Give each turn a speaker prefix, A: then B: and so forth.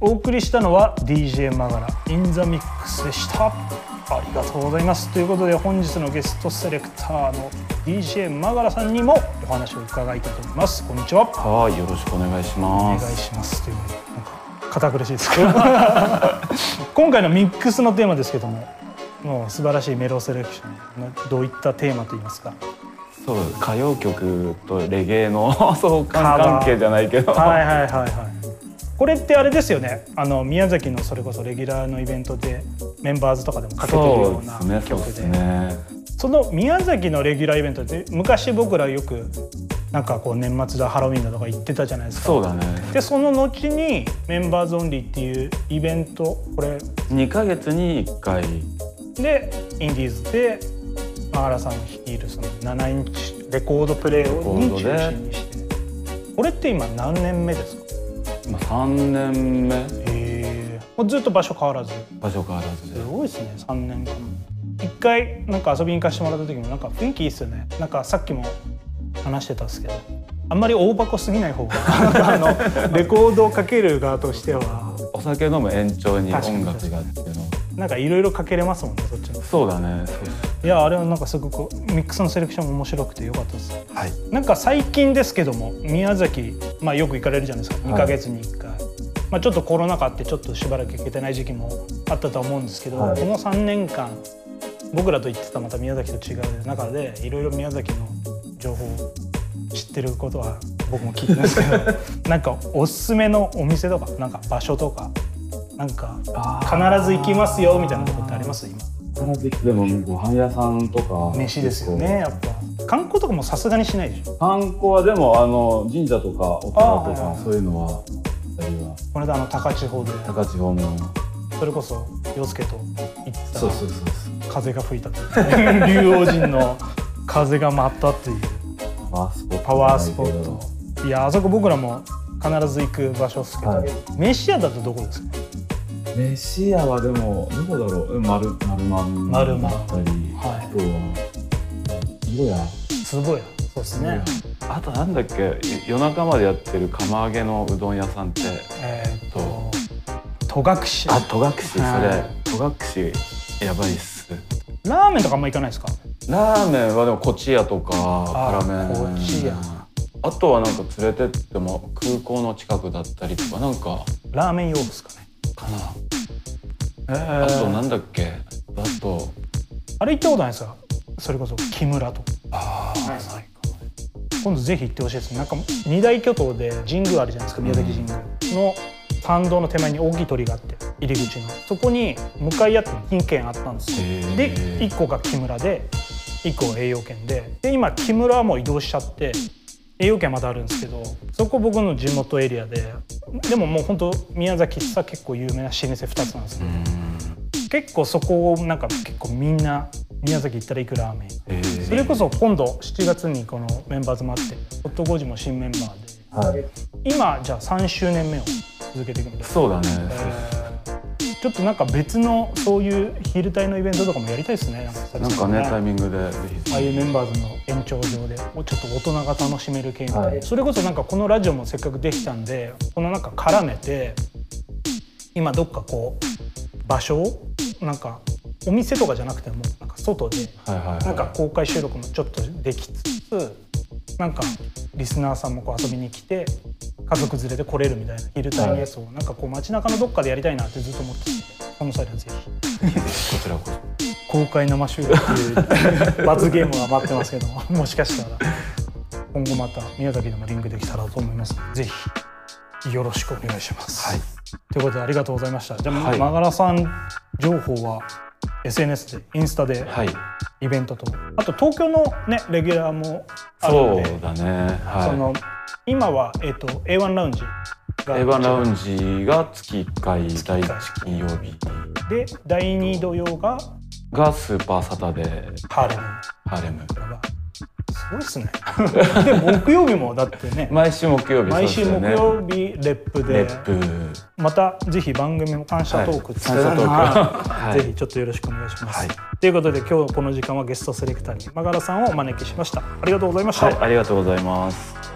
A: お送りしたのは DJ マガラインザミックスでしたありがとうございますということで本日のゲストセレクターの DJ マガラさんにもお話を伺いたいと思いますこんにちは
B: はい、よろしくお願いし
A: お
B: ま
A: 願い
B: す。
A: しますというなんか堅苦しいです けど今回のミックスのテーマですけどももう素晴らしいメロセレクションのどういったテーマといいますか
B: そう、歌謡曲とレゲエの 相
A: カ
B: 関
A: バー
B: 関係じゃないけど、
A: はいはいはいはいこれってあれですよねあの宮崎のそれこそレギュラーのイベントでメンバーズとかでもかけてる
B: そ
A: よ
B: う
A: う
B: で
A: な
B: すね、そう
A: 曲
B: で
A: です
B: ね。
A: その宮崎のレギュラーイベントって昔僕らよくなんかこう年末だハロウィンだとか言ってたじゃないですか
B: そうだね。
A: でその後にメンバーズオンリーっていうイベントこれ
B: 二ヶ月に一回、
A: でインディーズでマハラさん率いるその7インチレコードプレイをに
B: レコ
A: 中
B: ードで
A: 心にしてこれって今何年目ですか
B: まあ三年目
A: ええもうずっと場所変わらず。
B: 場所変わらずです
A: ごいですね3年間一回なんか遊びに行かせてもらった時もなんか雰囲気いいっすよねなんかさっきも話してたんですけどあんまり大箱すぎない方がなんかあのレコードをかける側としては
B: お酒飲む延長に
A: 確かに
B: 音楽がっていうの。
A: なんかいろいろかけれますもんねそっちの
B: そうだね。そう
A: いやあれはなんかすごくミックスのセレクションも面白くてよかったです
B: はい。
A: なんか最近ですけども宮崎、まあ、よく行かれるじゃないですか
B: はい
A: 2ヶ月に1回、まあ、ちょっとコロナ禍あってちょっとしばらく行けてない時期もあったとは思うんですけど、
B: はい
A: この3年間僕らと行ってたまた宮崎と違う中でいろいろ宮崎の情報を知ってることは僕も聞いてます けどなんかおすすめのお店とかなんか場所とかなんか必ず行きますよみたいなとこってあります今
B: でもご飯屋さんとか
A: 飯ですよねやっぱ観光とかもさすがにしないでしょ
B: 観光はでもあの神社とかお寺と
A: あーはい
B: か
A: はい
B: そういうのはあるいは
A: この間あの高千穂で
B: 高千穂の
A: それこそ陽介と行った
B: そうそうそうそう
A: 風が吹いたというか竜王陣の風が舞ったっていう
B: パワースポット
A: パワースポットいやあそこ僕らも必ず行く場所ですけど、
B: はい
A: 飯屋だとどこですか
B: メシ屋はでもどこだろううん丸丸マン
A: 丸
B: だ
A: 丸
B: ったり、
A: はい
B: あとはどうや
A: すごいそうですね、
B: あとなんだっけ夜中までやってる釜揚げのうどん屋さんって
A: えーっと戸隠
B: あ戸隠それ
A: は
B: 戸隠やばいっす
A: ラーメンとかあんま行かないですか
B: ラーメンはでもコチヤとか
A: あ
B: 辛麺
A: コチヤ
B: あとはなんか連れてっても空港の近くだったりとかなんか
A: ラーメン用ですかね
B: かな、あとなんだっけあと
A: あれ行ったことないですかそれこそ木村とか
B: ああ、はい、
A: 今度ぜひ行ってほしいですなんか二大巨頭で神宮あるじゃないですか宮崎神宮の参道の手前に大きい鳥居があって入り口のそこに向かい合って2軒あったんですよ
B: へー
A: で1個が木村で1個が栄養圏でで今木村はもう移動しちゃって栄養圏まだあるんですけどそこ僕の地元エリアででももう本当宮崎ってさ結構有名な老舗2つなんですよ結構そこをなんか結構みんな宮崎行ったら行くラーメン
B: えー
A: それこそ今度7月にこのメンバーズもあってホットゴージも新メンバー
B: はい、
A: で今じゃあ3周年目を続けていくみたいです、
B: そうだね、
A: えーちょっとなんか別のそういう昼帯のイベントとかもやりたいですねなんか久々
B: なん
A: に
B: かねタイミングでぜひ
A: ああいうメンバーズの延長上でもうちょっと大人が楽しめる系みたいな、
B: はい
A: それこそなんかこのラジオもせっかくできたんでこのなんか絡めて今どっかこう場所をなんかお店とかじゃなくてもなんか外で
B: はいはいはい
A: なんか公開収録もちょっとできつつなんかリスナーさんもこう遊びに来て家族連れで来れるみたいな昼帯のやつをなんかこう街中のどっかでやりたいなってずっと思っててこの際はぜひ
B: こちらこそ
A: 公開生収録っていう罰ゲームが待ってますけども もしかしたら今後また宮崎でもリンクできたらと思いますぜひよろしくお願いします。
B: はい
A: ということでありがとうございました。じゃあ、
B: はい
A: マガラさん情報は SNS でインスタで
B: はい
A: イベントとあと東京のねレギュラーもあるの
B: そ
A: で
B: うだねはい
A: その今は、えっと A1 ラウンジが
B: エヴァラウ
A: ジ
B: ンジが月1回第
A: 一回
B: 1金曜日
A: で第2土曜が
B: がスーパーサタデー
A: ハーレム
B: ハーレム
A: だからすごいっす ねで木曜日もだってね
B: 毎週木曜日
A: 毎週
B: そう
A: 木
B: ですよね
A: 曜日レップで
B: レップ
A: またぜひ番組も感謝トーク
B: はい
A: つけた
B: 感謝トーク
A: な
B: はい
A: ぜひちょっとよろしくお願いします、
B: はい
A: ということで今日この時間はゲストセレクターにマガラさんをお招きしましたありがとうございました、
B: はいありがとうございます